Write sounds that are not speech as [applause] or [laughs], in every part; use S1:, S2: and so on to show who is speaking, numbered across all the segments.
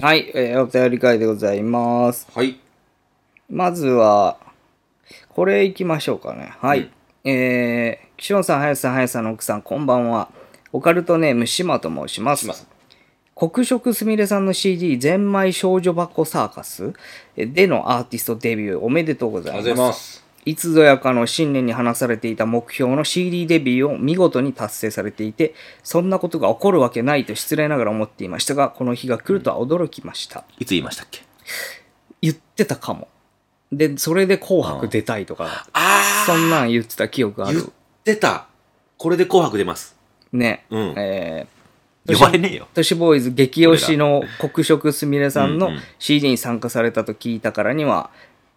S1: はい、えーお便り会でございます。
S2: はい。
S1: まずは、これいきましょうかね。は
S2: う
S1: い。えー、岸本さん、林さん、林さんの奥さん、こんばんは。オカルトネーム、島と申します。
S2: 島さん
S1: 黒色すみれさんの CD、ゼンマイ少女箱サーカスでのアーティストデビュー、おめでとうござ
S2: あ
S1: い
S2: り
S1: ます。
S2: がとうございます。
S1: いつぞやかの新年に話されていた目標の CD デビューを見事に達成されていて、そんなことが起こるわけないと失礼ながら思っていましたが、この日が来るとは驚きました。
S2: いつ言いましたっけ
S1: 言ってたかも。で、それで紅白出たいとか、
S2: あ
S1: そんなん言ってた記憶が
S2: あ
S1: あ
S2: 言っ
S1: る。
S2: てた。これで紅白出ます。
S1: ね。
S2: うん
S1: えー
S2: 呼ばれねえよ。
S1: 都市ボーイズ激推しの黒色すみれさんの
S2: うんうん
S1: CD に参加されたと聞いたからには、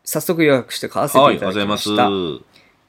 S1: 早速予約して買わせていただきました。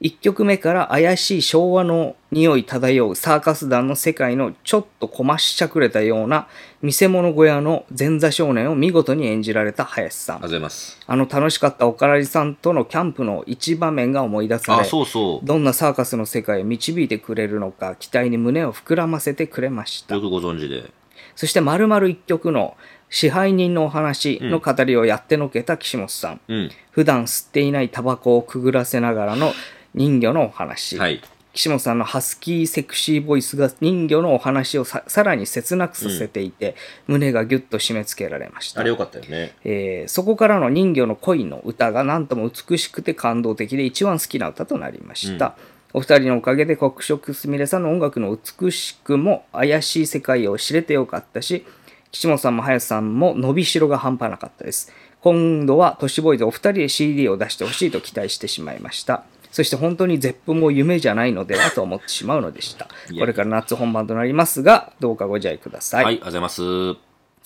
S1: 1曲目から怪しい昭和の匂い漂うサーカス団の世界のちょっとこましちゃくれたような見せ物小屋の前座少年を見事に演じられた林さ
S2: ありがとうご
S1: ん。
S2: ざいます。
S1: あの楽しかったおからじさんとのキャンプの一場面が思い出さ
S2: あ、
S1: れ、
S2: そうそう。
S1: どんなサーカスの世界を導いてくれるのか期待に胸を膨らませてくれました
S2: よ。くご存知で。
S1: そして丸々一曲の支配人のお話の語りをやってのけた岸本さん。
S2: うん。
S1: 普段吸っていないタバコをくぐらせながらの人魚のお話。
S2: はい。
S1: 岸本さんのハスキーセクシーボイスが人魚のお話をささらに切なくさせていて、胸がギュッと締め付けられました
S2: あれよかったよね。
S1: えーそこからの人魚の恋の歌が何とも美しくて感動的で一番好きな歌となりました、お二人のおかげで黒色すみれさんの音楽の美しくも怪しい世界を知れてよかったし岸本さんも林さんも伸びしろが半端なかったです今度は都市ボーイズお二人で CD を出してほしいと期待してしまいましたそして本当に絶プも夢じゃないのではと思ってしまうのでした
S2: いや
S1: これから夏本番となりますがどうかご自愛くださ
S2: はいい、ありがとうございます。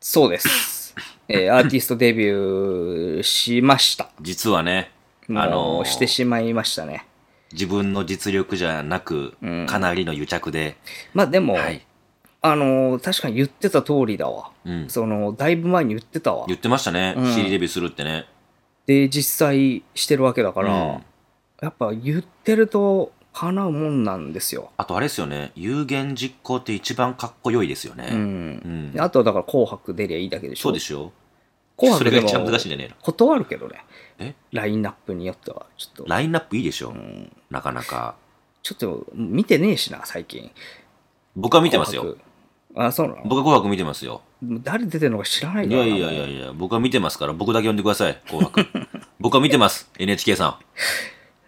S1: そうです。
S2: [laughs]
S1: えーアーティストデビューしました。
S2: 実はね、あ
S1: あ
S2: の
S1: の
S2: ー
S1: してしまいましたね。
S2: 自分の実力じゃなく、かなりの癒着で、
S1: まあでも、
S2: はい。
S1: あのー確かに言ってた通りだわ。
S2: うん
S1: その、だいぶ前に言ってたわ
S2: 言。ってましたね。
S1: ん
S2: CD デビューするってね。
S1: で、実際してるわけだから、
S2: うん
S1: やっぱ言ってると叶うもんなんですよ。
S2: あとあれですよね。有言実行って一番かっこよいですよね。
S1: うん。
S2: うん
S1: あとはだから紅白出りゃいいだけでしょ。
S2: そうでしょ
S1: 紅
S2: そ
S1: 白
S2: れ
S1: で
S2: が
S1: も
S2: 一番難しいんじゃねえの
S1: 断るけどね。
S2: え
S1: ラインナップによっては。ちょっと、
S2: ラインナップいいでしょ、なかなか。
S1: ちょっと見てねえしな、最近。
S2: 僕は見てますよ。
S1: 紅白。あ、そうなの
S2: 僕は紅白見てますよ。
S1: もう誰出てるのか知らない
S2: い
S1: から
S2: や
S1: ない
S2: やいやいや、僕は見てますから、僕だけ呼んでください、紅
S1: [laughs]
S2: 白。僕は見てます、NHK さん。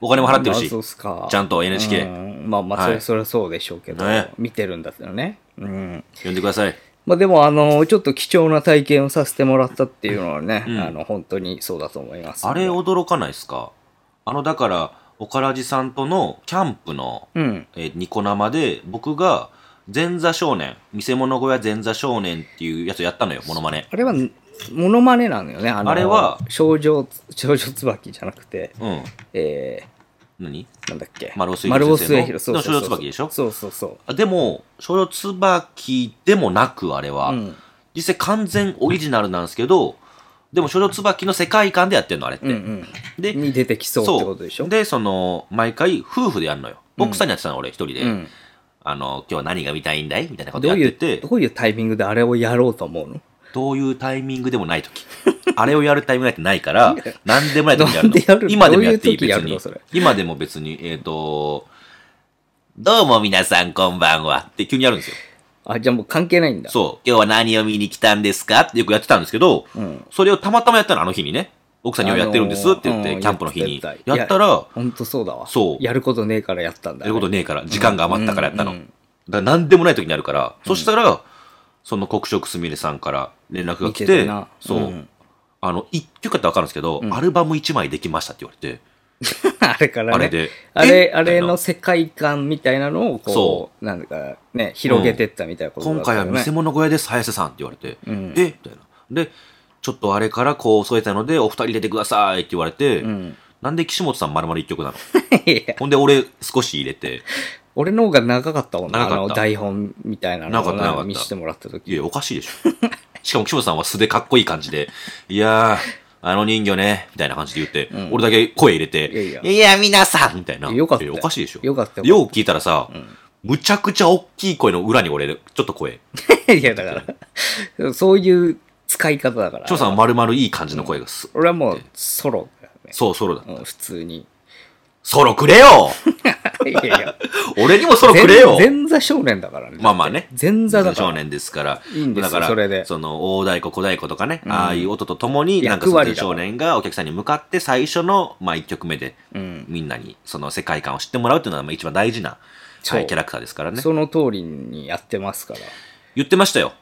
S2: お金も払ってる
S1: まあそうっ
S2: し。
S1: すか
S2: ちゃんと NHK
S1: うんまあまあそ
S2: は
S1: れ,、
S2: い
S1: それはそうでしょうけど、
S2: ね
S1: 見てるんだったらねうん
S2: 呼んでください。
S1: まあでもあのちょっと貴重な体験をさせてもらったっていうのはね、
S2: うん
S1: あの本当にそうだと思います
S2: あれ驚かないですかあの、だから、おからじさんとのキャンプの、
S1: うん
S2: えーニコ生で、僕が、前座少年、見せ物小屋前座少年っていうやつをやったのよ、モノマネ。
S1: あれはモノマネなのよねあの
S2: あれは
S1: 少女少女椿じゃなくて
S2: うん。
S1: え
S2: 何
S1: ー、なんだっけ
S2: 丸尾末
S1: 丸尾
S2: 広先生の
S1: 末広そうそうそう
S2: の少女椿でしょ
S1: そうそうそう
S2: あでも、少女椿でもなく、あれは、
S1: うん
S2: 実際完全オリジナルなんですけど、でも少女椿の世界観でやってんの、あれって。
S1: うんうん
S2: で、
S1: に出てきそうってことでしょ
S2: そうで、その、毎回夫婦でやるのよ。奥さんにやってたの、俺一人で。
S1: うん、
S2: あの、今日は何が見たいんだいみたいなこ
S1: ど
S2: とやっ
S1: うい
S2: てて
S1: う、どういうタイミングであれをやろうと思うの
S2: どういうタイミングでもないとき。 [laughs] あれをやるタイミングなんてない
S1: [laughs]
S2: から、何でもないときや
S1: な
S2: る
S1: んでやるの
S2: の。今でもやっていい、
S1: どういう時
S2: 別
S1: やるの
S2: に
S1: それ。
S2: 今でも別に、えっ、と、どうも皆さんこんばんはって急にやるんですよ。
S1: あじゃあもう関係ないんだ
S2: そう。今日は何を見に来たんですかってよくやってたんですけど、
S1: うん
S2: それをたまたまやったの、あの日にね。奥さんにはやってるんですって言っ
S1: あのー
S2: て、
S1: うん
S2: キャンプの日に
S1: やって。た
S2: やったら、
S1: ほんとそうだわ。
S2: そう
S1: やることねえからやったんだ、
S2: やることねえから、時間が余ったからやったの。
S1: うんう
S2: だ
S1: んう
S2: か
S1: ん
S2: ら何でもない時にやるから、そしたら、その黒色すみれさんから連絡
S1: 見
S2: が来
S1: て
S2: て
S1: るな、。
S2: そううんあの、一曲やったらわかるんですけど、アルバム一枚できましたって言われて、
S1: [laughs] あれからね。
S2: あれで
S1: あれ、
S2: え
S1: あれ
S2: みたい
S1: の
S2: な
S1: 世界観みたいなのを、こ、
S2: そう
S1: なんだかね、広げてったみたいなことだ
S2: 今
S1: った
S2: 回
S1: よ
S2: は
S1: ね
S2: 見せ物小屋です、林さんって言われて、
S1: ん
S2: えみたいな。で、ちょっとあれからこう添えたので、お二人出てくださいって言われて、
S1: ん
S2: なんで岸本さん丸々一曲なの
S1: いや
S2: ほんで俺少し入れて、
S1: 俺の方が長かったもんな、
S2: 長か
S1: あ
S2: った
S1: の台本みたいなの
S2: 長か
S1: を
S2: った長かった
S1: 見せてもらった時
S2: いや、おかしいでし
S1: [laughs]
S2: ょ。しかも、岸本さんは素でかっこいい感じで、いやー、あの人魚ね、みたいな感じで言って、俺だけ声入れて、
S1: いやいや
S2: 皆さんみたいな。
S1: よかった
S2: い
S1: よ
S2: やおかしいでしょ。
S1: よかったよ
S2: よう聞いたらさ、むちゃくちゃ大きい声の裏に俺、ちょっと声。
S1: [laughs] いや、だ
S2: [laughs]
S1: から、そういう使い方だから。
S2: 翔さんは丸々いい感じの声がす、
S1: 俺はもう、ソロだよね。
S2: そう、ソロだ。
S1: うん、普通に。 [laughs]
S2: ソロくれよ
S1: いやいや、
S2: 俺にもソロ [laughs] くれよ
S1: 前前座少年だからね。
S2: まあまあね。
S1: 前座だから
S2: 少年ですから。
S1: いいんですよ
S2: だから、
S1: それで
S2: の、大太鼓、小太鼓とかね、ああいう音とともに、なん
S1: 役
S2: かその
S1: 割だ
S2: 前
S1: から
S2: 少年がお客さんに向かって最初の、まあ一曲目で、みんなにその世界観を知ってもらうっていうのは、まあ一番大事な、
S1: そう
S2: はい、キャラクターですからね。
S1: その通りにやってますか
S2: 言ってましたよ、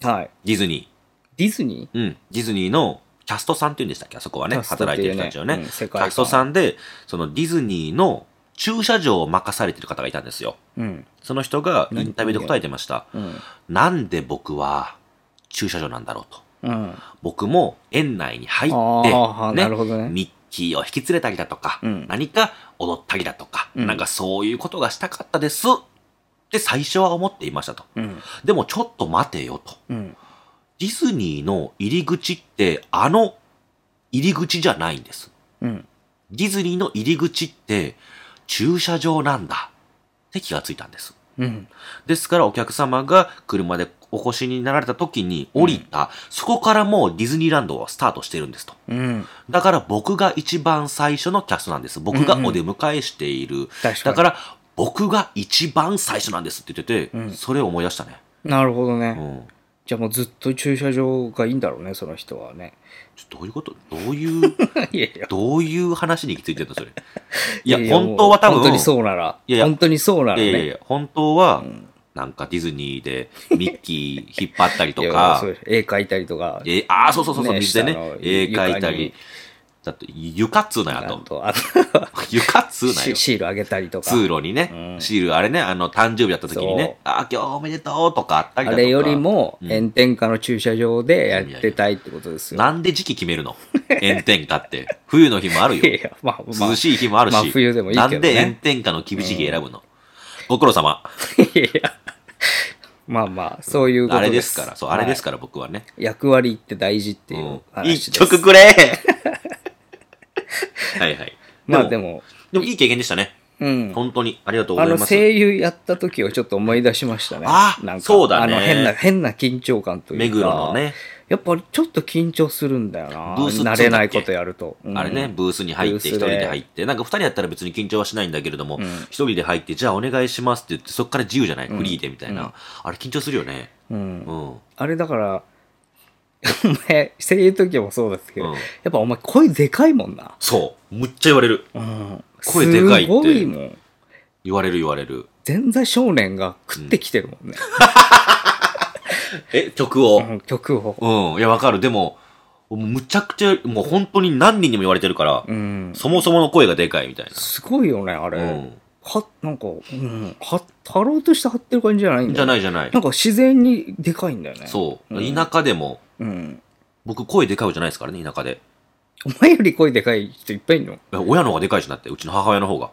S1: ら。はい。
S2: ディズニ
S1: ディズニ
S2: ー。うん、ディズニーのキャストさんっていうんでしたっけあそこはね、
S1: キャストっ
S2: 働
S1: て
S2: いて
S1: いう
S2: る
S1: ね
S2: 人たちをね、
S1: うん
S2: キ
S1: 世界観
S2: ャストさんで、そのディズニーの駐車場を任されてる方がいたんですよ。
S1: ーうん。
S2: その人がインタビューで答えてました。
S1: うん。
S2: なんで僕は駐車場なんだろうと。
S1: うん。
S2: 僕も園内に入っ
S1: あー
S2: て、
S1: なるほどね
S2: ミッキーを引き連れたりだとか、
S1: うん
S2: 何か踊ったりだとか、
S1: うん
S2: なんかそういうことがしたかったですって最初は思っていましたと。
S1: うん。
S2: でもちょっと待てよと。
S1: うん。
S2: ディズニーの入り口ってあの入り口じゃないんです。
S1: うん。
S2: ディズニーの入り口って駐車場なんだって気がついたんです。
S1: うん。
S2: ですからお客様が車でお越しになられた時に降りた、そこからもうディズニーランドはスタートしてるんですと。
S1: うん。
S2: だから僕が一番最初のキャストなんです。僕がお出迎えしている。
S1: 確かに
S2: だから僕が一番最初なんですって言ってて、
S1: うん
S2: それを思い出したね。
S1: なるほど
S2: う
S1: ね。
S2: ん。
S1: じゃあもうずっと駐車場がいいんだろうね、その人はね。 [laughs]
S2: ちょどういうことどういう、
S1: いやいや。
S2: どういう話に行き着いてんのそれ。い
S1: い
S2: や、
S1: やいや
S2: 本当は多分、
S1: 本当にそうなら。
S2: いやいや
S1: 本当にそうなら
S2: いやいやい
S1: ね。
S2: や、本当は、なんかディズニーでミッキー引っ張った
S1: [laughs]
S2: りとか
S1: そ、う絵描いたりとか。
S2: えーああ、そうそうそうそう、
S1: ね
S2: 水でね
S1: 下の、
S2: 絵描いた
S1: 床に
S2: り。だって、床っつうな
S1: あ
S2: やと。
S1: と、あと、 [laughs]
S2: 床っつうな
S1: シ
S2: よ。
S1: シールあげたりとか。
S2: 通路にね、
S1: うん
S2: シール、あれね、あの、誕生日だった時に
S1: そう
S2: ね、ああ、今日おめでとうとかあったり
S1: あ
S2: だとか。
S1: れよりも
S2: うん
S1: 炎天下の駐車場でやってたいってことですよ。
S2: なんで時期決めるの炎天下って。 [laughs] 冬の日もある
S1: [laughs] いや
S2: よ。
S1: いや、まあ、まあ、
S2: 涼しい日もあるし。
S1: まあ冬でもいいけど
S2: な
S1: ね
S2: んで炎天下の厳しい日選ぶの、ご苦労様。
S1: [laughs] いやいやまあまあ、そういうこと
S2: あ
S1: です。
S2: れですから、そう、あれです
S1: か
S2: から、僕はね。
S1: ら。役割って大事って
S2: う
S1: いうん話
S2: 一
S1: です。
S2: 曲
S1: [laughs]
S2: くれはいはい。
S1: まあでも、
S2: でもいい経験でしたね。
S1: うん。
S2: 本当にありがとうご
S1: あ
S2: ざい
S1: の
S2: ます。
S1: 声優やった時をちょっと思い出しましたね。
S2: あ
S1: なんか
S2: そうだね
S1: あの変な、変な緊張感というか。
S2: 目黒のね。
S1: やっぱりちょっと緊張するんだよな。
S2: ブースっつうんだっ
S1: 慣
S2: け
S1: れないことやると。うん
S2: あれね、。ブースに入って、
S1: ブー
S2: 一
S1: スで
S2: 人で入って、なんか二人やったら別に緊張はしないんだけれども、
S1: うん
S2: 一人で入って、じゃあお願いしますって言って、そっから自由じゃない、フリーでみたいな。あれ緊張するよね。
S1: うん
S2: う。ん。
S1: あれだから、お前、声優の時もそうですけど、
S2: うん
S1: やっぱお前声でかいもんな。
S2: そう。むっちゃ言われる。
S1: うん。
S2: 声でかいって
S1: すごいもん。
S2: 言われる言われる。
S1: 全座少年が食ってきてるもんね。
S2: え、曲を。
S1: うん、曲を。
S2: うん。いや、わかる。でも、もうむちゃくちゃ、もう本当に何人にも言われてるから、
S1: うん。
S2: そもそもの声がでかいみたいな。
S1: すごいよね、あれ。
S2: うん
S1: は、なんか、うん。は、たろうとして張ってる感じじゃないんだ
S2: じゃ
S1: よ
S2: ないじゃない
S1: な。んか自然にでかいんだよね。
S2: そう。
S1: うん
S2: 田舎でも、
S1: う。うん。
S2: 僕声でかい方じゃないですからね、田舎で。
S1: お前より声でかい人いっぱいいるの
S2: え親の方がでかいしなって、うちの母親の方が。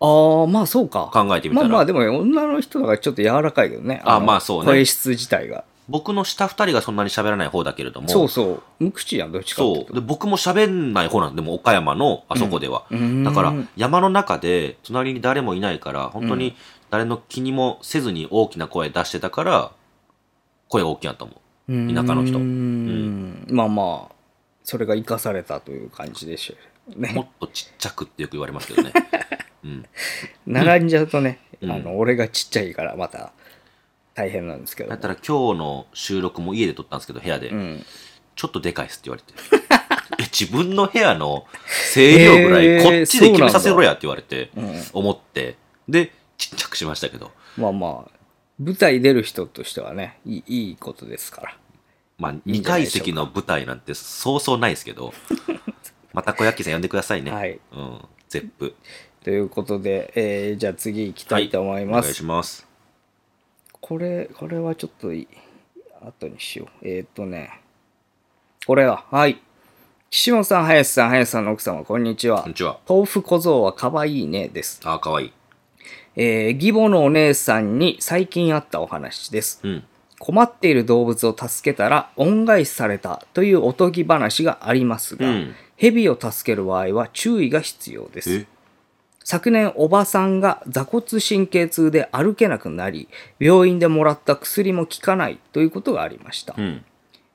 S1: ああ、まあそうか。
S2: 考えてみ
S1: ま
S2: たら
S1: あまあでも女の人だからちょっと柔らかいけどね。
S2: あ
S1: の
S2: まあそうね
S1: 声質自体が。
S2: 僕の下二人がそんなに喋らない方だけれども、
S1: そうそう。無口やん、どっちかってい
S2: そう。で、僕も喋んない方なんで、もう岡山のあそこでは。
S1: うーん
S2: だから、山の中で、隣に誰もいないから、本当に誰の気にもせずに大きな声出してたから、声が大きいなと思う。
S1: う
S2: 田舎の人
S1: ーんまあまあ、それが生かされたという感じでしょう
S2: も
S1: ね。
S2: っとちっちゃくってよく言われますけ
S1: [laughs]
S2: どね。うん。
S1: 並んじゃうとね、
S2: うん
S1: あの俺がちっちゃいからまた大変なんですけど
S2: だっ。たら今日の収録も家で撮ったんですけど、部屋で、
S1: うん、
S2: ちょっとでかいっすって言われ [laughs] て。え自分の部屋の声量ぐら
S1: え
S2: い、
S1: ー
S2: こっちで決めさせろやって言われて、
S1: うん
S2: 思って、で、ちっちゃくしましたけど。
S1: まあまあ、舞台出る人としてはね、いいいいことですから。
S2: まあ、
S1: いん
S2: 2
S1: じゃない
S2: 階
S1: でしょうか
S2: 席の舞台なんてそうそうないです
S1: [laughs]
S2: けど、また小焼さん呼んでくださいね。
S1: はい。
S2: うん。ゼップ。
S1: ということで、えーじゃあ次行きたいと思い
S2: お
S1: ま
S2: 願
S1: す
S2: い。します。
S1: これ、これはちょっとい後にしよう。えーっ、とね。これは、はい。岸本さん、林さん、林さんの奥様、こんにちは
S2: こん。にちは。
S1: 豆腐小僧は可愛いね、です。
S2: ああ、かわいい。
S1: えー、義母のお姉さんに最近あったお話です。
S2: うん。
S1: 困っている動物を助けたら恩返しされたというおとぎ話がありますが、
S2: うん
S1: 蛇を助ける場合は注意が必要です。昨年おばさんが座骨神経痛で歩けなくなり病院でもらった薬も効かないということがありました、
S2: うん。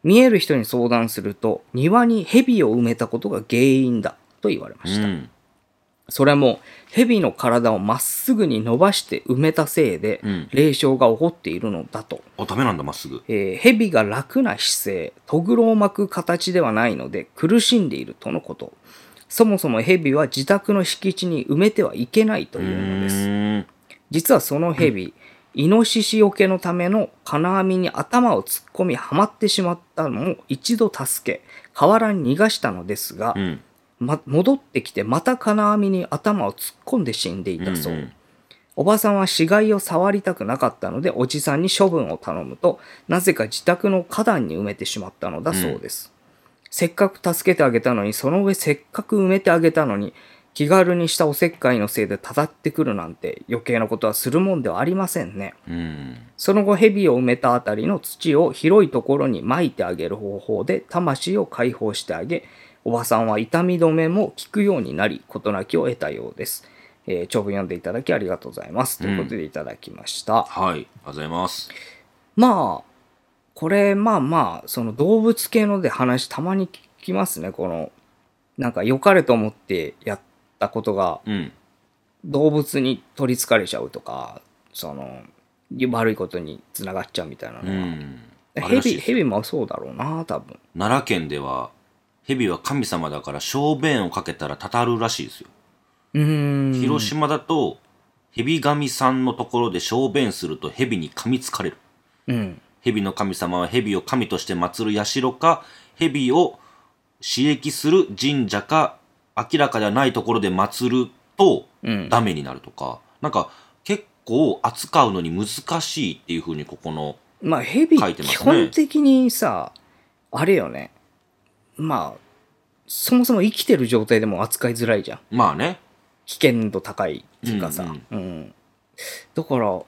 S1: 見える人に相談すると庭に蛇を埋めたことが原因だと言われま
S2: う
S1: した、
S2: ん。
S1: それも蛇の体をまっすぐに伸ばして埋めたせいで
S2: うん
S1: 霊障が起こっているのだと、
S2: あ、ダメなんだ、まっすぐ。
S1: えー蛇が楽な姿勢とぐろを巻く形ではないので苦しんでいるとのことそもそも蛇は自宅の敷地に埋めてはいけないと
S2: う
S1: いうのです
S2: ーん。
S1: 実はその蛇、イノシシよけのための金網に頭を突っ込みはまってしまったのを一度助け河原に逃がしたのですが
S2: う、ん。
S1: ま、戻ってきてまた金網に頭を突っ込んで死んでいたそう、
S2: ん
S1: おばさんは死骸を触りたくなかったのでおじさんに処分を頼むとなぜか自宅の花壇に埋めてしまったのだそうです、せっかく助けてあげたのにその上せっかく埋めてあげたのに気軽にしたおせっかいのせいでたたってくるなんて余計なことはするもんではありませんね
S2: うん。
S1: その後蛇を埋めたあたりの土を広いところに撒いてあげる方法で魂を解放してあげおばさんは痛み止めも効くようになり事なきを得たようです、えー長文読んでいただきありがとうございますということでいただきました、
S2: はい。ありがとうございます。
S1: まあこれまあまあその動物系ので話たまに聞きますねこのなんか良かれと思ってやったことが
S2: うん。
S1: 動物に取りつかれちゃうとかその悪いことにつながっちゃうみたいなの
S2: う
S1: が、
S2: ん。あれ
S1: ヘ
S2: らしい
S1: ビ、
S2: です
S1: ヘビもそうだろうな、多分。
S2: 奈良県では、蛇は神様だから、小便をかけたらたたるらしいですよ。
S1: うーん。
S2: 広島だと、蛇神さんのところで小便すると蛇に噛みつかれる。
S1: うん。
S2: 蛇の神様は蛇を神として祀る社か、蛇を刺激する神社か、明らかではないところで祀ると
S1: うん
S2: ダメになるとか、なんか結構扱うのに難しいっていうふうにここの、
S1: まあ、ヘビ、
S2: 書いてますね
S1: 基本的にさ、あれよね。まあ、そもそも生きてる状態でも扱いづらいじゃん。
S2: まあね、
S1: 危険度高いっていうかさ。うん、だから、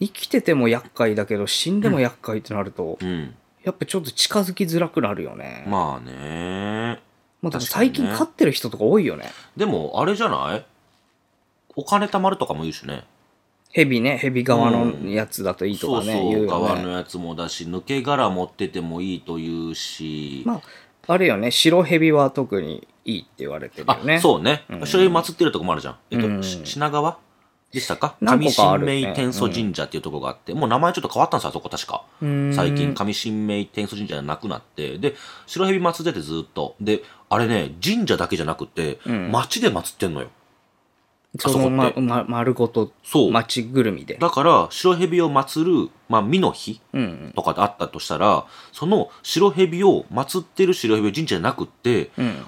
S1: 生きてても厄介だけど、死んでも厄介ってなると、
S2: うん、
S1: やっぱちょっと近づきづらくなるよね。まあ、
S2: まあね。
S1: でも最
S2: 確か
S1: 近
S2: にね
S1: 飼ってる人とか多いよね。
S2: でも、あれじゃないお金貯まるとかも言うしね。
S1: ヘビね、ヘビ側のやつだといいと
S2: そう
S1: かね、
S2: そ
S1: 言う
S2: う、
S1: よ
S2: 側
S1: ね
S2: の。やつもだし、抜け殻持っててもいいと言うし。
S1: まあ、あれよね、白ヘビは特にいいって言われてるよね。
S2: あ、そうね
S1: うん。
S2: 所有祀ってるとこもあるじゃん。えっと、
S1: うん
S2: し品川でしたか
S1: 何個
S2: 上
S1: かあ
S2: 神
S1: るね
S2: 明天祖神社っていうとこがあって、もう名前ちょっと変わったんですよ、あそこ確か。
S1: うーん。
S2: 最近、上神明天祖神社じゃなくなって、で、白蛇祀っててずっと。で、あれね、神社だけじゃなくて、
S1: うん
S2: 町で祀ってんのよ。
S1: そ
S2: あそこ
S1: のま
S2: って
S1: ま、丸ごと
S2: そう。
S1: 町ぐるみで。
S2: だから、白蛇を祀る、まあ、美の日
S1: うん
S2: とかであったとしたら、その白蛇を祀ってる白蛇神社じゃなくって、
S1: うん。うん。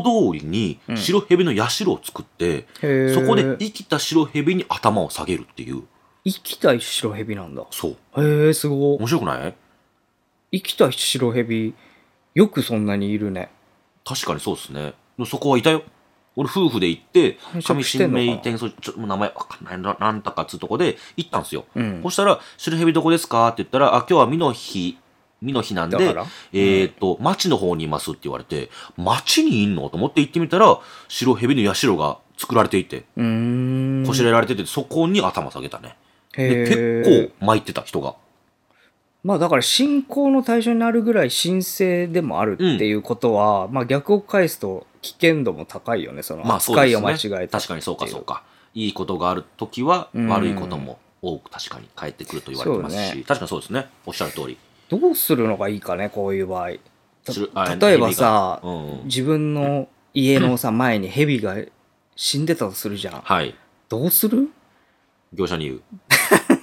S2: 大通りに白蛇の社を作って、
S1: へえ。
S2: そこで生きた白蛇に頭を下げるっていう。
S1: 生きたい白ヘビなんだ。
S2: そう。
S1: へえ、すごい。
S2: 面白くない
S1: 生きたい白ヘビ、よくそんなにいるね。
S2: 確かにそうですね。でもそこはいたよ。俺夫婦で行って
S1: 繁、殖
S2: 上
S1: して
S2: 神
S1: んのかな
S2: 明天祖、ちょっと名前わかんないな、なんたかっつうとこで行ったんですよ。
S1: うん
S2: そ。したら、白蛇どこですかって言ったら、あ、今日は美の日、美の日なんで、
S1: だから
S2: えっ、と、町の方にいますって言われて、町にいんのと思って行ってみたら、白蛇の社が作られていて、
S1: うーん。
S2: こしらえられてて、そこに頭下げたね。
S1: へ
S2: で、
S1: え。
S2: 結構巻いてた人が。
S1: まあだから信仰の対象になるぐらい神聖でもあるっていうことは、まあ逆を返すと危険度も高いよね。その
S2: まあそう
S1: 扱
S2: で
S1: いを
S2: す
S1: 間
S2: ね。
S1: 違えたっていう。
S2: 確かにそうかそうか。いいことがあるときは、
S1: うん
S2: 悪いことも多く確かに返ってくると言われてます
S1: そう
S2: し、
S1: ね
S2: 確かにそうですね。おっしゃる通り。
S1: どうするのがいいかね、こういう場合。た
S2: するあ
S1: 例えばさ、
S2: 意味がうんうん
S1: 自分の家のさ、前に蛇が死んでたとするじゃん。
S2: はい。
S1: どうする
S2: 業者に言う。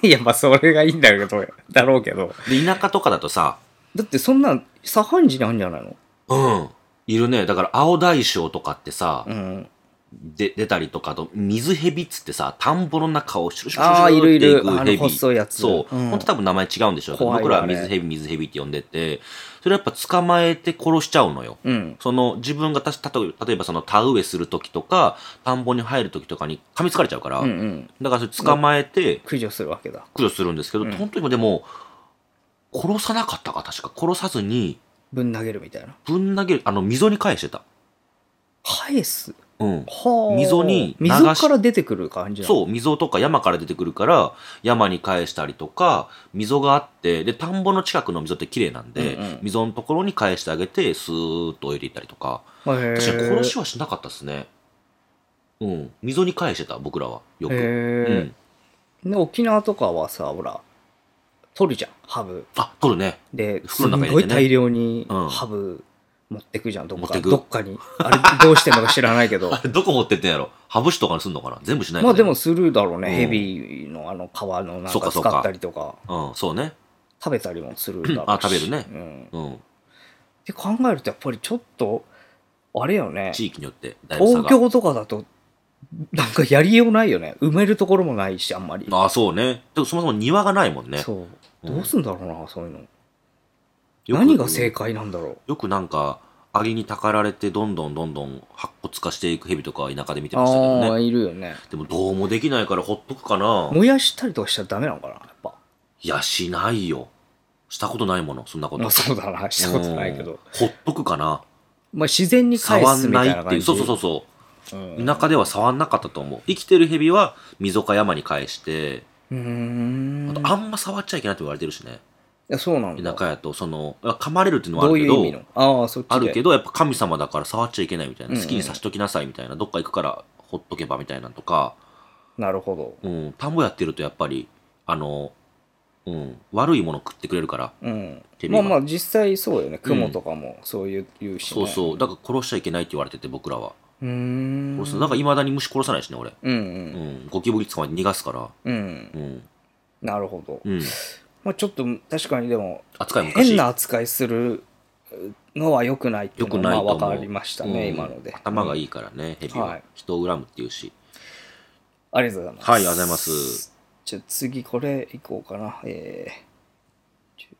S1: [laughs] いや、まあ、それがいいんだけど、だろうけど。
S2: で、田舎とかだとさ、
S1: だって、そんなん、左半時にあるんじゃないの
S2: うん。いるね。だから、青大将とかってさ、
S1: うん。
S2: で、出たりとかあと、水蛇っつってさ、田んぼの中をシュルシュルシ
S1: ああ、い
S2: ュ
S1: る
S2: ル
S1: い
S2: ってい
S1: る。
S2: く
S1: あの、
S2: 蛇。
S1: 細いやつ。
S2: そう。
S1: ん
S2: 本当多分名前違うんでしょうけど、
S1: 怖い
S2: 僕
S1: よ
S2: らは
S1: あれ
S2: 水蛇、水蛇って呼んでて、それやっぱ捕まえて殺しちゃうのよ。
S1: うん。
S2: その自分がたしたと例えばその田植えする時とか田んぼに入る時とかに噛みつかれちゃうから、
S1: うんうん。
S2: だからそれ捕まえて
S1: 駆除するわけだ。
S2: 駆除するんですけど、
S1: うん
S2: 本当にでも殺さなかったか確か殺さずに
S1: ぶん投げるみたいな。
S2: ぶん投げるあの溝に返してた
S1: 返す
S2: うん。
S1: はあ
S2: 溝に流し
S1: 溝から出てくる感じなの
S2: そう、溝とか山から出てくるから、山に返したりとか、溝があって、で、田んぼの近くの溝って綺麗なんで、
S1: うんうん
S2: 溝のところに返してあげて、スーッと置いていったりとか。
S1: へえ
S2: 確かに殺しはしなかったですね。うん。溝に返してた、僕らは。よく。
S1: へ
S2: う
S1: え、
S2: ん。
S1: で沖縄とかはさほら取るじゃんハブ
S2: あ、取るね。 [laughs]
S1: で、す
S2: 袋の
S1: ん
S2: 中に
S1: ご
S2: 入れ
S1: い
S2: てね
S1: 大量に
S2: うん
S1: ハブ持ってくじゃん、どっ
S2: 持っ
S1: か
S2: てく
S1: どっかにあれどうしてんのか知らないけ
S2: [laughs]
S1: ど
S2: あれ、どこ持ってってんやろハブシとかにすんのかな全部しないか
S1: ま
S2: な
S1: あでも、するだろうね、
S2: うん
S1: ヘビのあの皮のな
S2: そ
S1: ん
S2: うか
S1: か
S2: そうか
S1: 使ったりとか
S2: うん、そうね。
S1: 食べたりもするだろうし
S2: あ食べるね
S1: うん、っ
S2: うん。
S1: て考えるとやっぱりちょっとあれよね
S2: 地域によって、だいぶ差
S1: 東
S2: が。
S1: 京とかだとなんかやりようないよね埋めるところもないしあんまり、
S2: あ、そうね。でもそもそも庭がないもんね。
S1: そう
S2: うん
S1: どうすんだろうな、そういうの
S2: よく
S1: 何が正解なんだろう
S2: よくなんか、アリにたかられて、どんどんどんどん白骨化していく蛇とかは田舎で見てましたけ
S1: あ
S2: ど
S1: あ
S2: ね。
S1: いるよね
S2: でもどうもできないからほっとくかな。
S1: 燃やしたりとかしちゃダメなのかなやっぱ
S2: いや、しないよ。したことないもの、そんな [laughs] こと。
S1: まあそうだな、したことないけ
S2: うん
S1: ど。
S2: ほっとくかな。
S1: まあ自然に返
S2: 触
S1: す
S2: ん
S1: み
S2: な
S1: たい
S2: い
S1: な
S2: って
S1: 感
S2: いう。
S1: じ。
S2: そうそうそうそう。
S1: うん。
S2: 田舎では触んなかったと思う。生きてる蛇は溝か山に返して、
S1: うー
S2: あ
S1: ん。
S2: とあんま触っちゃいけないって言われてるしね。
S1: いや、そうなんだ
S2: 田。舎やと、その、噛まれるっていうのもあ
S1: どう
S2: るけ
S1: い
S2: ど、
S1: う意味のああ、そっちで。
S2: あるけど、やっぱ神様だから触っちゃいけないみたい
S1: うん
S2: な。
S1: うん
S2: 好きにさしときなさいみたいな。どっか行くからほっとけばみたいなのとか、
S1: なるほど。
S2: うん、田んぼやってるとやっぱり、あの、うん、悪いもの食ってくれるから。
S1: うん
S2: ケ。ビ
S1: まあ
S2: ンは
S1: まあ、実際そうよね。雲とかもそういう言うし、
S2: そ
S1: ね。
S2: うそう。だから殺しちゃいけないって言われてて、僕らは。
S1: う。うーん。
S2: 殺すなんか未だに虫殺さないしね、俺。
S1: うん
S2: う
S1: うん。
S2: ん、ゴキブリ捕まえて逃がすから。
S1: うん。
S2: うん、
S1: なるほど。
S2: うん。
S1: まあちょっと、確かにでも、
S2: 扱い昔。
S1: 変な扱いするのは良くないっていう
S2: よく
S1: の
S2: な
S1: は
S2: いと
S1: まあ
S2: 思う。
S1: 分かりましたね、
S2: うん
S1: 今ので。
S2: 頭が
S1: い。
S2: いいからね、ヘビは。
S1: はい
S2: 人を恨むっていうし。
S1: ありがとうございます。
S2: はいありがとうございます。
S1: じゃあ次これいこうかな。え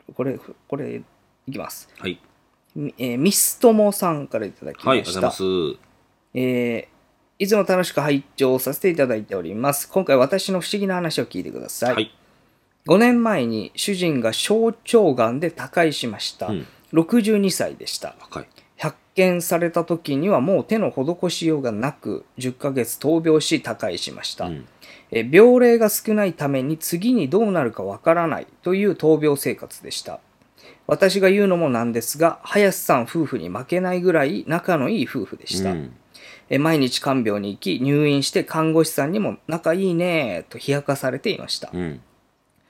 S1: ー、これ、これいきます。
S2: はい。
S1: みえーミストモさんからいただきました。
S2: はい、ありがとうございます。
S1: えーいつも楽しく拝聴させていただいております。今回私の不思議な話を聞いてください。
S2: はい。
S1: 5年前に主人が小腸がんで他界しました。
S2: うん
S1: 62歳でした。
S2: 若い。
S1: 発見された時にはもう手の施しようがなく10ヶ月闘病し他界しました、
S2: うん
S1: え病例が少ないために次にどうなるかわからないという闘病生活でした私が言うのもなんですが林さん夫婦に負けないぐらい仲のいい夫婦でした、
S2: うん
S1: え毎日看病に行き入院して看護師さんにも仲いいねと冷やかされていました、
S2: うん。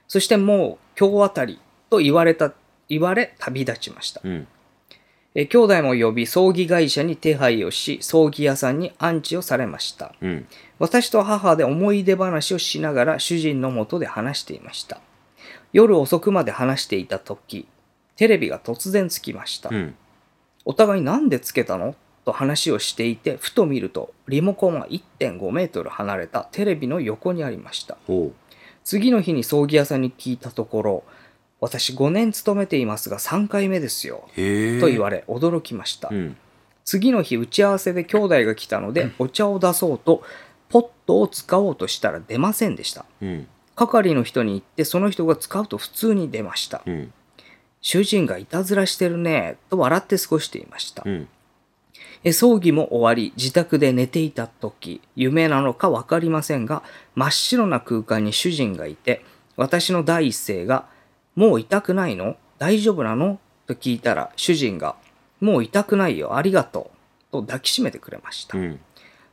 S1: そしてもう今日あたりと言われた言われ旅立ちました
S2: うん。
S1: えー兄弟も呼び葬儀会社に手配をし葬儀屋さんに安置をされました
S2: うん。
S1: 私と母で思い出話をしながら主人のもとで話していました夜遅くまで話していた時テレビが突然つきました、
S2: うん。
S1: お互いなんでつけたのと話をしていてふと見るとリモコンは1.5メートル離れたテレビの横にありました
S2: ほ
S1: 次の日に葬儀屋さんに聞いたところ私5年勤めていますが3回目ですよ
S2: う。へえ。
S1: と言われ驚きました、
S2: うん。
S1: 次の日打ち合わせで兄弟が来たのでお茶を出そうとポットを使おうとしたら出ませんでした
S2: うん。
S1: 係の人に言ってその人が使うと普通に出ました
S2: うん。
S1: 主人がいたずらしてるねと笑って過ごしていました
S2: うん。
S1: え葬儀も終わり自宅で寝ていた時夢なのか分かりませんが真っ白な空間に主人がいて私の第一声が「もう痛くないの大丈夫なの?」と聞いたら主人が「もう痛くないよありがとう」と抱きしめてくれました、
S2: うん。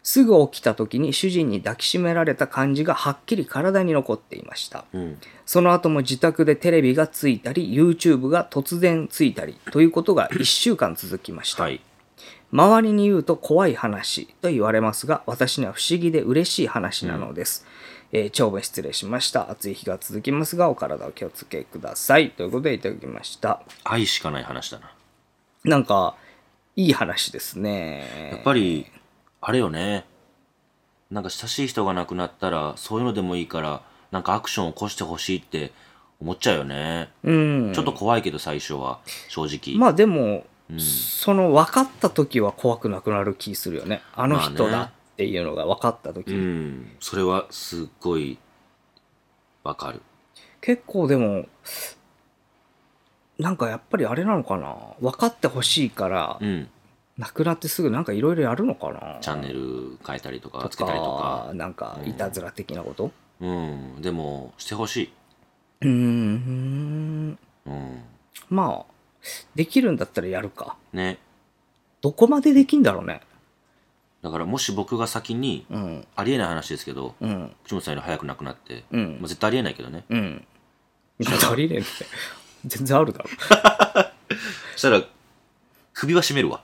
S1: すぐ起きた時に主人に抱きしめられた感じがはっきり体に残っていました
S2: うん。
S1: その後も自宅でテレビがついたり YouTube が突然ついたりということが1週間続きました、
S2: はい。
S1: 周りに言うと怖い話と言われますが私には不思議で嬉しい話なのです、えー長文失礼しました暑い日が続きますがお体お気をつけくださいということでいただきました
S2: 愛しかない話だな。
S1: なんかいい話です
S2: やっ
S1: ね
S2: ぱり、あれよね。なんか親しい人が亡くなったら、そういうのでもいいから、なんかアクションを起こしてほしいって思っちゃうよね。
S1: うん
S2: ちょっと怖いけど、最初は、正直。
S1: まあでも、
S2: うん
S1: その分かった時は怖くなくなる気するよねあの人
S2: まあ
S1: だ
S2: ね
S1: っていうのが分かった時、
S2: うん。それは、すっごい、わかる。
S1: 結構でもなんかやっぱりあれなのかな分かってほしいから
S2: うん。
S1: 亡くなってすぐなんかいろいろやるのかな
S2: チャンネル変えたりとか、つけたりとか。
S1: なんかいたずら的なこと
S2: うん、でも、してほしい。
S1: うーん
S2: うん。
S1: まあできるんだったらやるか
S2: ね。
S1: どこまでできんだろうね
S2: だから、もし僕が先に、
S1: うん
S2: ありえない話ですけど、
S1: うん
S2: 口本さんより早く亡くなって、
S1: うん
S2: まあ、絶対ありえないけどね。
S1: うん足りねえって全然あるだろ
S2: そしたら、首は絞めるわ。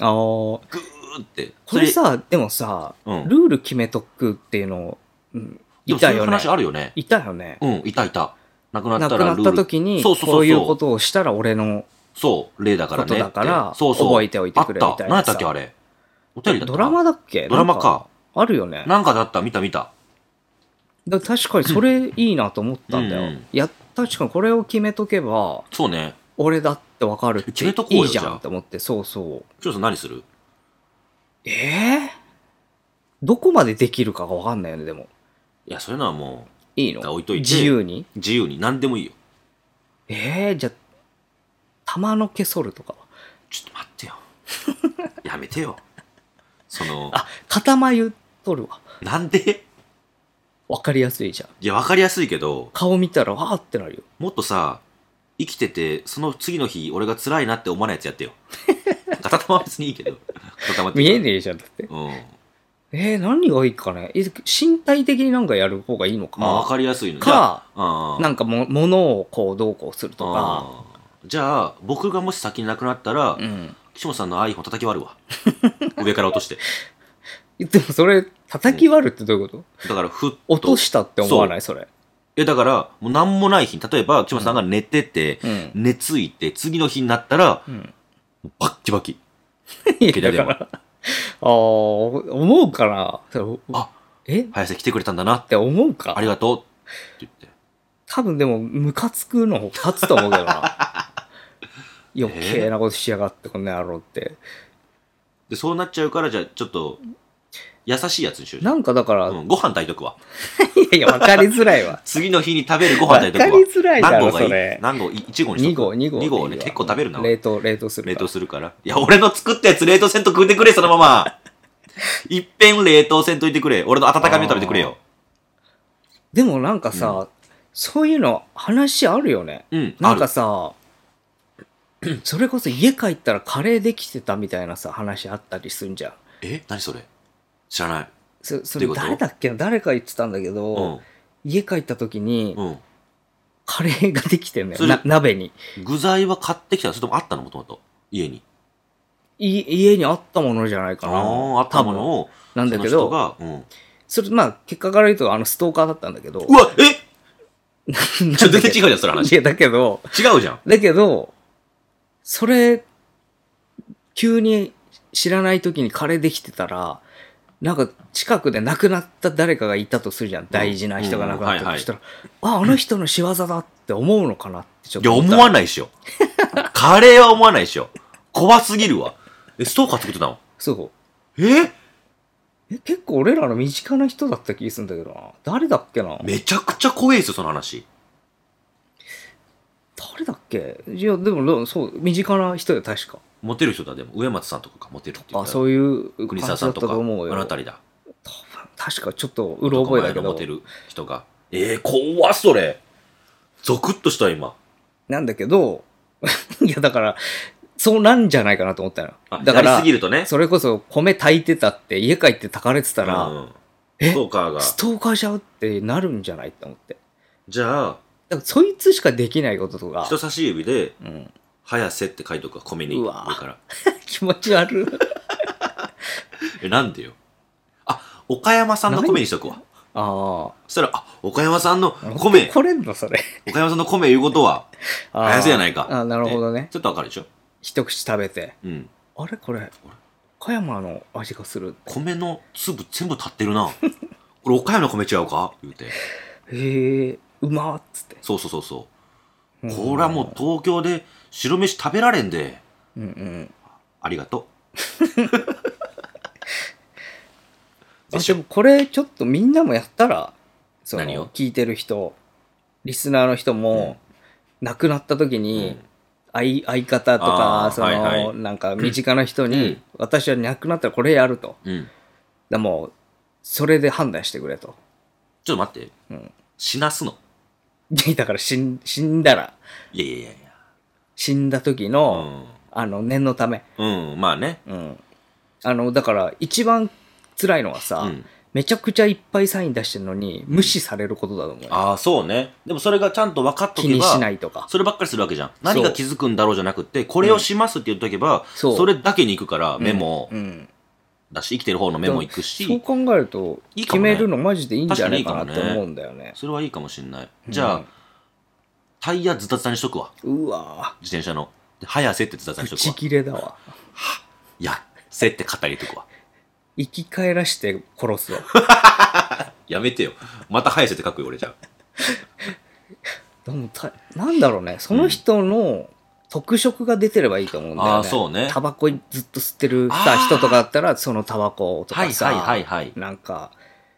S1: あー
S2: ぐーって。
S1: これさでもさ、
S2: うん
S1: ルール決めとくっていうの、うん、
S2: でも
S1: い
S2: そう
S1: た
S2: いう
S1: よね
S2: 話あるよね。
S1: いたよね
S2: うん、いたいた。亡くな
S1: 亡
S2: った
S1: く
S2: ら
S1: なった時に
S2: そうそうそうそう
S1: こういうことをしたら俺の
S2: そう、例だからねって。
S1: ことだから
S2: そうそう。
S1: 覚えておいてくれ
S2: あっ
S1: み
S2: た。
S1: たい
S2: 何
S1: なさ
S2: やったっけあれ。お便りだった
S1: ド
S2: か
S1: ラマだっけ
S2: ドラマか。
S1: なんあるよね
S2: なんかだった、見た見た。
S1: だから確かにそれいいなと思ったんだよ、
S2: うんうん
S1: いや確かにこれを決めとけば
S2: そうね。
S1: 俺だってわかるって
S2: 決めとこうよ
S1: いいじ
S2: じゃ
S1: ゃ
S2: あ
S1: んと思ってそうそう
S2: ちょっと何する
S1: ええどこまでできるかがわかんないよねでも
S2: いや、そういうのはも
S1: いいの
S2: だから置いといて
S1: 自由に
S2: う、自由に何でもいいよ。
S1: ええじゃあ玉の毛剃るとか
S2: ちょっと待ってよ。やめてよ。その、
S1: あ片眉取るわ
S2: なんで
S1: わかりやすいじゃん
S2: いや、わかりやすいけど、
S1: 顔見たらわーってなるよ
S2: もっとさ、生きてて、その次の日、俺が辛いなって思わないやつやってよ。片玉は別にいいけど。片玉ってい
S1: 見
S2: うか
S1: えねえじゃんだって
S2: うん。
S1: えー、何がいいかねえ身体的になんかやる方がいいのか
S2: まあ、わかりやすいの。
S1: か
S2: じゃああー
S1: なんかも物をこうどうこうするとか
S2: あーじゃあ、僕がもし先に亡くなったら、
S1: うん
S2: 岸本さんの iPhone 叩き割るわ。上から落として。
S1: でもそれ叩き割るってどういうこと、
S2: だから、ふっと。
S1: 落としたって思わないそれ
S2: え、だから、もう何もない日に、例えば、岸本さんが寝てて、
S1: うん、
S2: 寝ついて、次の日になったら、
S1: うん、
S2: バッキバキ。
S1: いや
S2: 携帯
S1: だ
S2: 電
S1: から
S2: 話。
S1: [laughs] ああ思うかなそれ
S2: あ、
S1: えっ
S2: 林さん来てくれたんだな。
S1: て思うか
S2: ありがとう。って言って。
S1: 多分でもムカつくの方が勝つと思うけど
S2: [laughs]
S1: な余計なことしやがってこんな野郎って
S2: で、そうなっちゃうから、じゃあ、ちょっと、優しいやつにしよう。
S1: なんかだから、
S2: う
S1: い
S2: ん、ご飯炊いとくわ。
S1: やいや分かりづらいわ
S2: 次の日に食べるご
S1: わ
S2: 飯
S1: か
S2: 炊
S1: り
S2: いとくわ。
S1: づらいだ
S2: 何
S1: ろ、
S2: 号が
S1: そ
S2: いい
S1: れ。
S2: 何号 ?1 号に
S1: 2
S2: しと
S1: 号、
S2: く
S1: 2号。
S2: 二号ね、結構食べるな。
S1: 冷凍、冷凍する
S2: 冷
S1: から。
S2: 凍するから。いや、俺の作ったやつ冷凍せんと食うてくれ、そのま
S1: [laughs]
S2: ま。いっぺん冷凍せんといてくれ。俺の温かみを食べてくれよ。
S1: でもなんかさ、そういうの話あるよね。
S2: うん、
S1: なん
S2: あ
S1: か
S2: る。
S1: さ、 [clears throat] それこそ家帰ったらカレーできてたみたいなさ、話あったりすんじゃん。
S2: え何それ知らない。
S1: そそ
S2: どうい
S1: れ
S2: うこと
S1: 誰だっけな誰か言ってたんだけど、
S2: う
S1: 家帰った時に
S2: ん。う
S1: カレーができてんだ
S2: そ
S1: よ。
S2: れ
S1: な鍋に。
S2: ん。具材は買ってきたのそれともあったのもともと。家に。
S1: い家にあったものじゃないか
S2: あ
S1: な。
S2: あ、あったもの
S1: 多分
S2: を、
S1: なんだけ
S2: その
S1: ど、
S2: 人が、うん。
S1: それ、まあ、結果から言うと、あの、ストーカーだったんだけど。
S2: うわ、え
S1: なんだ
S2: ちょ、全
S1: け
S2: 然違うじゃん、それ話。
S1: いや、だけど、
S2: 違うじゃん。
S1: だけど、それ、急に知らない時にカレーできてたら、なんか近くで亡くなった誰かがいたとするじゃん。大事な人が亡くなった
S2: うんうんはいは
S1: と
S2: い
S1: したら、あ、あの人の仕業だって思うのかなってちょっ
S2: いや、
S1: と
S2: 思わないでしょ。カレーは思わないでしょ。怖すぎるわ。え、ストーカー作ってたの
S1: そう。
S2: え
S1: え結構俺らの身近な人だった気がするんだけどな。誰だっけな
S2: めちゃくちゃ怖いですよ、その話。
S1: 誰だっけいや、でもでも、そう、身近な人よ、確か。
S2: モテる人だ、でも。上松さんとかか、モテるっていう
S1: あ、そういう感
S2: 国
S1: じだ
S2: 沢
S1: っ
S2: さ
S1: た
S2: んとか、
S1: と思うよ。
S2: あの辺りだ。
S1: 多分確かちょっとうろ覚えだけ
S2: 男前のモ
S1: ど
S2: テ。る人が。えー、怖っそれ。ゾクッとした、今。
S1: なんだけど、 [laughs] いやだから、そうなんじゃないかなと思った
S2: あ
S1: の。だか
S2: やり
S1: ら
S2: す、ぎるとね。
S1: それこそ米炊いてたって、家帰って炊かれてたら、
S2: うん
S1: え
S2: ストーカーが。
S1: ストーカーしちゃうってなるんじゃないって思って。
S2: じゃあ、
S1: だからそいつしかできないこととか
S2: 人、差し指で、
S1: うん、
S2: 早瀬って書いとくわ、米に。
S1: う
S2: 上
S1: わ
S2: から。
S1: 気持ち悪い。 [laughs]
S2: え、なんでよ。あ、岡山さんの米にしとくわ。
S1: ああ。
S2: そしたら、あ、岡山さんの米、
S1: これんのそれ。
S2: 岡山さんの米言うことは、
S1: あー
S2: 早瀬やないか
S1: あーなるほどね。
S2: ちょっとわかるでしょ
S1: 一口食べて、
S2: うん。
S1: あれこれ、岡山の味がする。
S2: 米の粒全部立っ
S1: [laughs]
S2: てるな。これ岡山の米違うか言うて。
S1: へえ、うまーっつって。
S2: そうそうそうそう。
S1: うん
S2: これはもう東京で白飯食べられんで。
S1: うんうん。
S2: ありがと
S1: あでもこれちょっとみんなもやったらその
S2: 何を
S1: 聞いてる人リスナーの人も、亡くなった時
S2: う。
S1: に、相相方とか
S2: あー
S1: その、
S2: はいはい
S1: なんか身近な人に、
S2: うん
S1: 私は亡くなったらこれやると
S2: うん。
S1: でもうそれで判断してくれと [laughs]
S2: ちょっと待って。
S1: うん
S2: 死なすの
S1: いやだから死ん死んだら
S2: いやいやいやいや。
S1: 死んだ時の、あの念のため
S2: うん。うん、まあね。
S1: うんあのだから一番辛いのはさ、
S2: うん
S1: めちゃくちゃいっぱいサイン出してるのに無視されることだと思うよ、
S2: ああ、そうね。でもそれがちゃんと分かっと
S1: 気
S2: けば。
S1: にしないとか
S2: そればっかりするわけじゃん。何が気づくんだろうじゃなくて、これをしますって言っとけば、
S1: そう
S2: それだけに行くから、メモ
S1: うん、
S2: だし、生きてる方のメモ行く
S1: そう
S2: し、
S1: 考えると
S2: いいか
S1: 決
S2: もね
S1: めるのマジでいいんじゃないかなって
S2: 確かにいいかもね
S1: 思うんだよね
S2: それはいいかもしんない。じゃ
S1: う
S2: あ、タイヤズタズタにしとくわ。
S1: うわ
S2: 自転車の。で、早瀬ってズタズタ
S1: ぁ
S2: にし
S1: 打
S2: とく
S1: ち
S2: わ。
S1: 切れだわ
S2: いや、せって語りとくわ。
S1: 生き返らして殺すわ [laughs]
S2: やめてよ。また早瀬って書くよ、俺じゃあ。
S1: でもたなんだろうねその人の特色が出てればいいと思うんだよね、
S2: あーそうね
S1: タバコずっと吸ってる
S2: あ
S1: さ
S2: ー
S1: 人とかだったらそのタバコと
S2: は
S1: か
S2: い
S1: さ、
S2: はいはいはい。
S1: なんか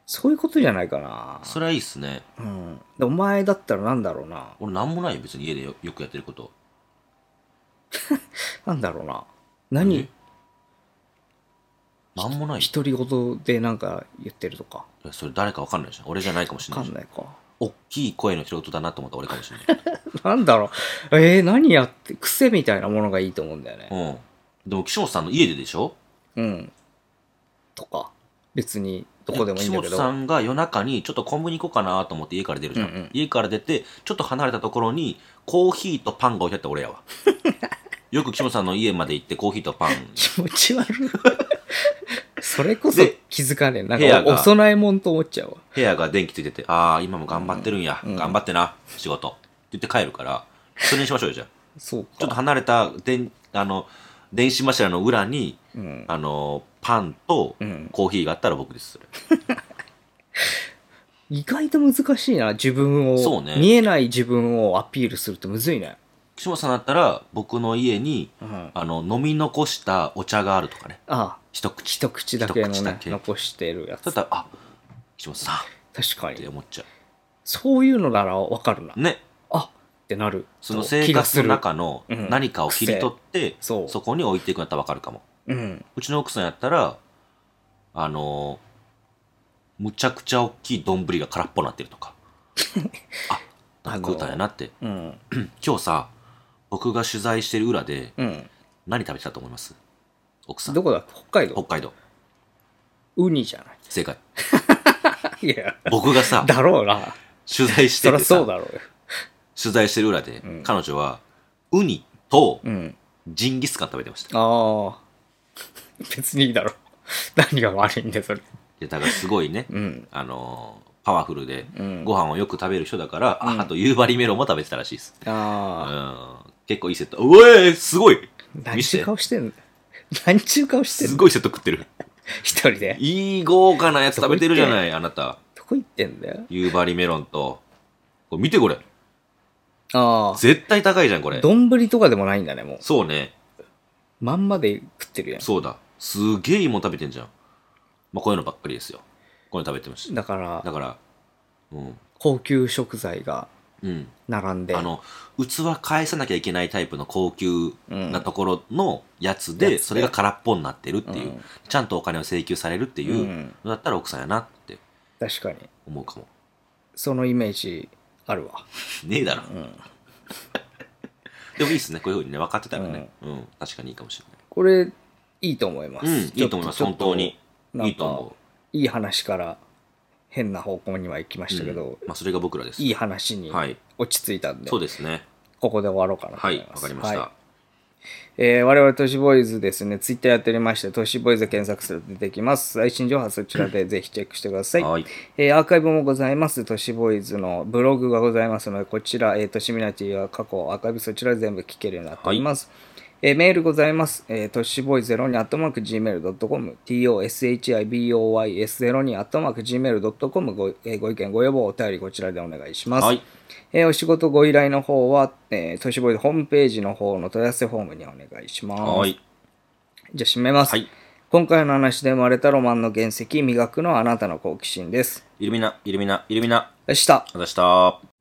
S1: そういうことじゃないかな
S2: それはいいっすね。
S1: うんでお前だったらなんだろうな
S2: 俺なんもないよ、別に家でよよくやってること。
S1: なんだろうな
S2: え
S1: 何
S2: なんもないよ。
S1: 独り言でなんか言ってるとか
S2: いやそれ誰かわかんないじゃん。俺じゃないかもしれ
S1: わ
S2: な
S1: か
S2: いし
S1: ん。ないか
S2: 大きい声の人事だなと思った俺かもしれない。
S1: [laughs] なんだろうえー、何やって癖みたいなものがいいと思うんだよね
S2: うん。でも、岸本さんの家ででしょ
S1: うん。とか、別にどこでもいいんだけ
S2: 岸本
S1: ど。
S2: さんが夜中にちょっとコンビニ行こうかなと思って家から出るじゃん。
S1: うんうん
S2: 家から出て、ちょっと離れたところにコーヒーとパンが置いてあった俺
S1: [laughs]
S2: やわ。よく岸本さんの家まで行ってコーヒーとパン。
S1: 気持ち
S2: [laughs]
S1: 悪い。それこそ
S2: で
S1: 気づかねえ。なん
S2: 部屋
S1: か
S2: が
S1: おお供え物と思っちゃうわ。
S2: 部屋が電気ついてて、ああ、今も頑張ってるんや。頑張ってな、仕事。って言って帰るから、それにしましょうよ、
S1: [laughs]
S2: じゃあ。
S1: そう
S2: ちょっと
S1: か。
S2: 離れた電、あの、電子柱の裏に、
S1: うん。
S2: あの、パンと
S1: うん
S2: コーヒーがあったら僕です、それ。
S1: 意外と難しいな、自分を。
S2: そうね
S1: 見えない自分をアピールするってむずいね。
S2: 岸本さんだったら、僕の家に、
S1: うん。あ
S2: あの、飲み残したお茶があるとかね。
S1: あ、
S2: 一口。
S1: 一口だけの
S2: 一口だ
S1: ね、
S2: け
S1: 残してるやつ
S2: だっ。たら、あ、岸本さんっ
S1: 確か
S2: て
S1: に。
S2: 思っちゃ
S1: そういうのならわかるな
S2: う。。ね。
S1: あってなる。
S2: その
S1: と
S2: 生
S1: 気が
S2: 活
S1: す
S2: の
S1: る。
S2: 中の
S1: うん
S2: 何かを切り取って、
S1: そう。
S2: そこに置いていくんだったらわかるかも。
S1: うん。
S2: うちの奥さんやったら、あのーむちゃくちゃ大きい丼が空っぽになってるとか。
S1: [laughs]
S2: あ、
S1: あの
S2: 食うたんやなって。
S1: うん。
S2: 今日さ、僕が取材してる裏で
S1: うん。
S2: 何食べてたと思います奥さん
S1: ど。こだっけ北海
S2: 北
S1: 道
S2: 海道。
S1: ウニじゃない
S2: 正解。
S1: い [laughs] や、
S2: 僕がさ、
S1: [laughs] だろうな。
S2: 取材して
S1: そり
S2: て
S1: ゃそう
S2: さ、
S1: だろうよ。
S2: 取材してる裏で、
S1: うん
S2: 彼女は、ウニと
S1: うん。
S2: ジンギスカン食べてました。
S1: ああ。別にいいだろう。 [laughs] 何が悪いんだよ、それ。
S2: で、だからすごいね、
S1: うん。
S2: あのーパワフルで、
S1: うん。
S2: ご飯をよく食べる人だから、
S1: うん
S2: ああと夕張メロンも食べてたらしいです。う
S1: ああ。
S2: ん、結構いいセット。うえー、すごい
S1: 何
S2: 見せ
S1: ちゅう
S2: て
S1: 顔してんの [laughs] 何ちゅう顔してん
S2: す
S1: の
S2: ごいセット食ってる。
S1: 一人で。
S2: いい豪華なやつ食べてるじゃない、あなた。
S1: どこ行ってんだよ。
S2: 夕張メロンと。これ見てこれ。
S1: あ
S2: 絶対高いじゃん、こ
S1: あ。
S2: れ。
S1: 丼とかでもないんだね、もう。
S2: そうね。
S1: まんまで食ってるやん。
S2: そうだ。すげえいいもん食べてんじゃん。まあ、こういうのばっかりですよ。こういうの食べてました。
S1: だから
S2: だ、から、うん。
S1: 高級食材が
S2: うん。
S1: 並んで。
S2: あの、器返さなきゃいけないタイプの高級
S1: うん
S2: なところのやつ
S1: や
S2: で、
S1: つね
S2: それが空っぽになってるってい
S1: う
S2: う、
S1: ん
S2: ちゃんとお金を請求されるっていう、
S1: うん
S2: だったら奥さんやなって
S1: 確かに。
S2: 思うかも。
S1: そのイメージあるわ。
S2: ねえだろ。
S1: うん。
S2: でもいいっすね。こういうふうにね、分かってたらね。うん、確かにいいかもしれない。
S1: これ、いいと思います。
S2: うん、いいと思います、
S1: ちょっ
S2: 本
S1: と
S2: 当に。。
S1: なんか
S2: いいと思
S1: いい話から変な方向には行きま
S2: う。
S1: したけど、
S2: うんまあ、それが僕らです。
S1: いい話に
S2: はい。
S1: 落ち着いたんで、
S2: そうですね。
S1: ここで終わろうかなと
S2: は
S1: 思い
S2: い、わ
S1: ます。
S2: かりました。
S1: はいえー我々都市ボーイズですね、ツイッターやっておりまして、都市ボーイズで検索すると出てきます。最新情報はそちらでぜひチェックしてください。
S2: はい。
S1: えーアーカイブもございます。都市ボーイズのブログがございますので、こちら、えー、都市ミナティは過去アーカイブそちらで全部聞けるようになっております。えーメールございます。えー、都市ボーイズ0にアットマーク Gmail.com、toshiboys0 にアットマーク Gmail.com ご,、えーご意見、ご要望、お便りこちらでお願いします。
S2: はい。
S1: えーお仕事ご依頼の方は、えー、都市ボーイズホームページの方の問い合わせフォームにお願いします。
S2: はい。
S1: じゃあ、締めます。
S2: はい。
S1: 今回の話で生まれたロマンの原石、磨くのはあなたの好奇心です。
S2: イルミナ、イルミナ、イルミナ。
S1: でした。
S2: ありがとうございました。